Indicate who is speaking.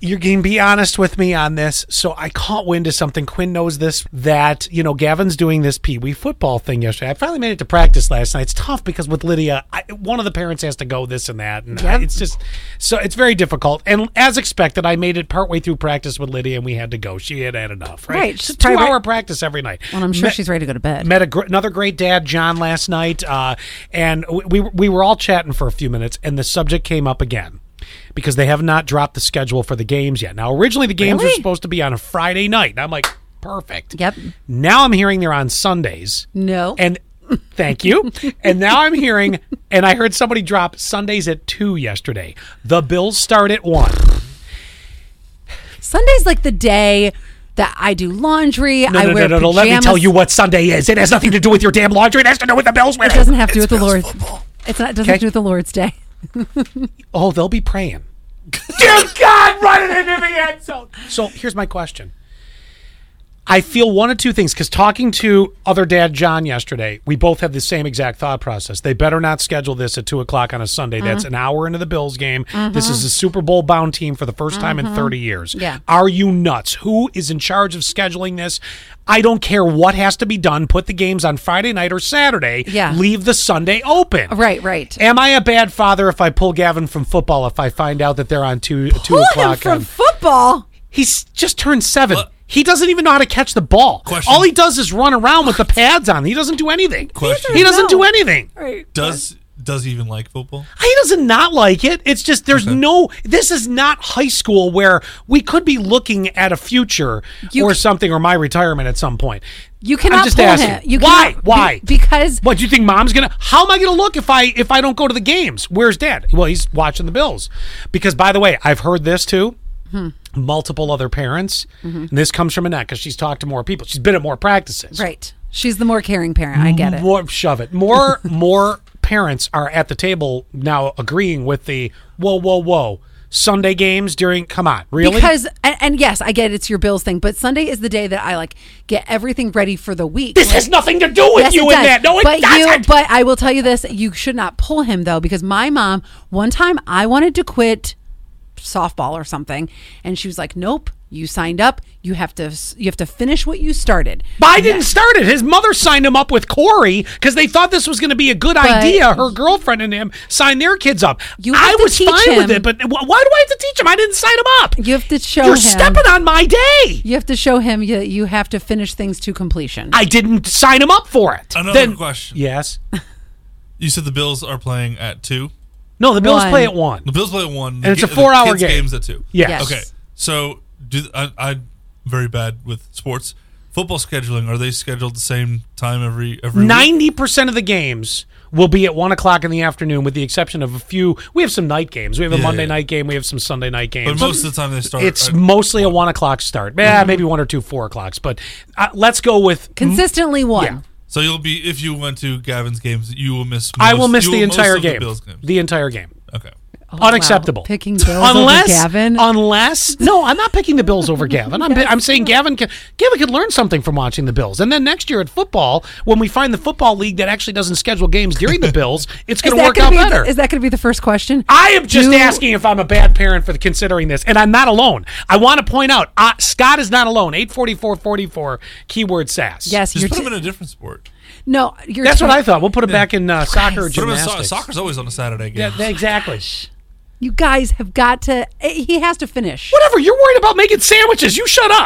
Speaker 1: you're going to be honest with me on this. So I caught wind of something. Quinn knows this that, you know, Gavin's doing this Pee Wee football thing yesterday. I finally made it to practice last night. It's tough because with Lydia, I, one of the parents has to go this and that. And
Speaker 2: Yep.
Speaker 1: it's just, so it's very difficult. And as expected, I made it partway through practice with Lydia and we had to go. She had had enough, right?
Speaker 2: Right.
Speaker 1: It's a
Speaker 2: She's probably
Speaker 1: two hour
Speaker 2: right-
Speaker 1: practice every night.
Speaker 2: Well, I'm sure
Speaker 1: Me-
Speaker 2: she's ready to go to bed.
Speaker 1: Met a gr- another great dad, John, last night, uh, and we we were all chatting for a few minutes, and the subject came up again because they have not dropped the schedule for the games yet. Now, originally the games were
Speaker 2: Really?
Speaker 1: supposed to be on a Friday night, and I'm like, perfect.
Speaker 2: Yep.
Speaker 1: Now I'm hearing they're on Sundays.
Speaker 2: No.
Speaker 1: And thank you. and now I'm hearing, and I heard somebody drop Sundays at two yesterday. The Bills start at one.
Speaker 2: Sunday's like the day that I do laundry.
Speaker 1: No,
Speaker 2: I
Speaker 1: no, no,
Speaker 2: wear
Speaker 1: no, no.
Speaker 2: pajamas.
Speaker 1: Let me tell you what Sunday is. It has nothing to do with your damn laundry. It has to do with the Bills
Speaker 2: It
Speaker 1: winning.
Speaker 2: doesn't have to do with the
Speaker 3: Bills
Speaker 2: Lord's.
Speaker 3: football.
Speaker 2: It's not. It doesn't
Speaker 1: Okay.
Speaker 2: have to do with the Lord's Day.
Speaker 1: Oh, they'll be praying. Dear God, run it into the end zone. So here's my question. I feel one of two things because talking to other dad John yesterday, we both have the same exact thought process. They better not schedule this at two o'clock on a Sunday. That's an hour into the Bills game. This is a Super Bowl bound team for the 1st time in 30 years.
Speaker 2: Yeah.
Speaker 1: Are you nuts? Who is in charge of scheduling this? I don't care what has to be done. Put the games on Friday night or Saturday.
Speaker 2: Yeah.
Speaker 1: Leave the Sunday open.
Speaker 2: Right, right.
Speaker 1: Am I a bad father if I pull Gavin from football if I find out that they're on two two
Speaker 2: Pull him
Speaker 1: o'clock?
Speaker 2: from
Speaker 1: on-
Speaker 2: football.
Speaker 1: he's just turned seven. He doesn't even know how to catch the ball.
Speaker 3: Question.
Speaker 1: All he does is run around with the pads on. He doesn't do anything.
Speaker 3: Question.
Speaker 1: He doesn't
Speaker 2: No.
Speaker 1: do anything.
Speaker 2: Right.
Speaker 3: Does does he even like football?
Speaker 1: He doesn't not like it. It's just there's no. This is not high school where we could be looking at a future
Speaker 2: You
Speaker 1: or
Speaker 2: c-
Speaker 1: something or my retirement at some point.
Speaker 2: You cannot
Speaker 1: I'm just
Speaker 2: pull
Speaker 1: asking.
Speaker 2: him. You
Speaker 1: Why?
Speaker 2: cannot-
Speaker 1: Why?
Speaker 2: be- because
Speaker 1: What do you think? Mom's gonna? How am I gonna look if I if I don't go to the games? Where's Dad? Well, he's watching the Bills. Because by the way, I've heard this too.
Speaker 2: Hmm.
Speaker 1: Multiple other parents,
Speaker 2: Mm-hmm.
Speaker 1: and this comes from Annette because she's talked to more people. She's been at more practices.
Speaker 2: right. She's the more caring parent. I get it.
Speaker 1: More shove it. More more parents are at the table now agreeing with the whoa whoa whoa Sunday games during. Come on, really?
Speaker 2: Because and, and yes, I get it's your bills thing, but Sunday is the day that I like get everything ready for the week.
Speaker 1: this has nothing to do with
Speaker 2: Yes,
Speaker 1: you
Speaker 2: it
Speaker 1: and
Speaker 2: does.
Speaker 1: that. No, it
Speaker 2: but
Speaker 1: doesn't.
Speaker 2: You, but I will tell you this: you should not pull him though, because my mom one time I wanted to quit softball or something, and she was like, "Nope, you signed up. You have to. You have to finish what you started."
Speaker 1: Biden didn't start it. His mother signed him up with Corey because they thought this was going to be a good idea. Her girlfriend and him signed their kids up.
Speaker 2: You have
Speaker 1: I
Speaker 2: to
Speaker 1: was
Speaker 2: teach
Speaker 1: fine with
Speaker 2: him.
Speaker 1: it, but wh- why do I have to teach him? I didn't sign him up.
Speaker 2: You have to show
Speaker 1: You're
Speaker 2: him.
Speaker 1: stepping on my day.
Speaker 2: You have to show him you, you have to finish things to completion.
Speaker 1: I didn't sign him up for it.
Speaker 3: Another
Speaker 1: Then-
Speaker 3: question.
Speaker 1: Yes.
Speaker 3: You said the Bills are playing at two.
Speaker 1: No, the Bills
Speaker 2: One.
Speaker 1: play at one.
Speaker 3: The Bills play at one,
Speaker 1: And it's a
Speaker 3: the
Speaker 1: four-hour
Speaker 3: kids'
Speaker 1: game.
Speaker 3: Games at two.
Speaker 1: Yes.
Speaker 2: Yes.
Speaker 3: Okay. So do I, I'm very bad with sports. Football scheduling. Are they scheduled the same time every every week?
Speaker 1: Ninety percent of the games will be at one o'clock in the afternoon, with the exception of a few. We have some night games. We have a
Speaker 3: Yeah,
Speaker 1: Monday
Speaker 3: yeah.
Speaker 1: night game. We have some Sunday night games.
Speaker 3: But most of the time they start.
Speaker 1: it's
Speaker 3: at- Mm-hmm.
Speaker 1: mostly a one o'clock start. Yeah, maybe one or two four o'clocks. But uh, let's go with
Speaker 2: Consistently one.
Speaker 1: Mm-hmm. Yeah.
Speaker 3: so you'll be if you went to Gavin's games, you will miss. Most,
Speaker 1: I will miss
Speaker 3: you
Speaker 1: the
Speaker 3: most
Speaker 1: entire
Speaker 3: of
Speaker 1: game.
Speaker 3: The Bills games.
Speaker 1: The entire game.
Speaker 3: okay.
Speaker 1: Oh,
Speaker 2: Oh, wow.
Speaker 1: Unacceptable.
Speaker 2: Picking Bills over
Speaker 1: unless,
Speaker 2: Gavin?
Speaker 1: Unless, no, I'm not picking the Bills over Gavin. I'm, I'm saying Gavin can Gavin could learn something from watching the Bills, and then next year at football, when we find the football league that actually doesn't schedule games during the Bills, it's
Speaker 2: Is
Speaker 1: going to
Speaker 2: that
Speaker 1: work
Speaker 2: gonna
Speaker 1: out
Speaker 2: be
Speaker 1: better.
Speaker 2: The, is that going to be the first question?
Speaker 1: I am just
Speaker 2: Do-
Speaker 1: asking if I'm a bad parent for considering this, and I'm not alone. I want to point out uh, Scott is not alone. Eight forty four forty four keyword sass.
Speaker 2: Yes,
Speaker 3: Just
Speaker 2: you're
Speaker 3: put
Speaker 2: t-
Speaker 3: them in a different sport.
Speaker 2: no. You're
Speaker 1: that's what
Speaker 2: t-
Speaker 1: I thought. We'll put it back in uh, soccer or
Speaker 3: Put 'em in so-
Speaker 1: gymnastics.
Speaker 3: soccer's always on a Saturday game.
Speaker 1: Yeah, they- exactly.
Speaker 2: You guys have got to. eh, He has to finish.
Speaker 1: Whatever. You're worried about making sandwiches. You shut up.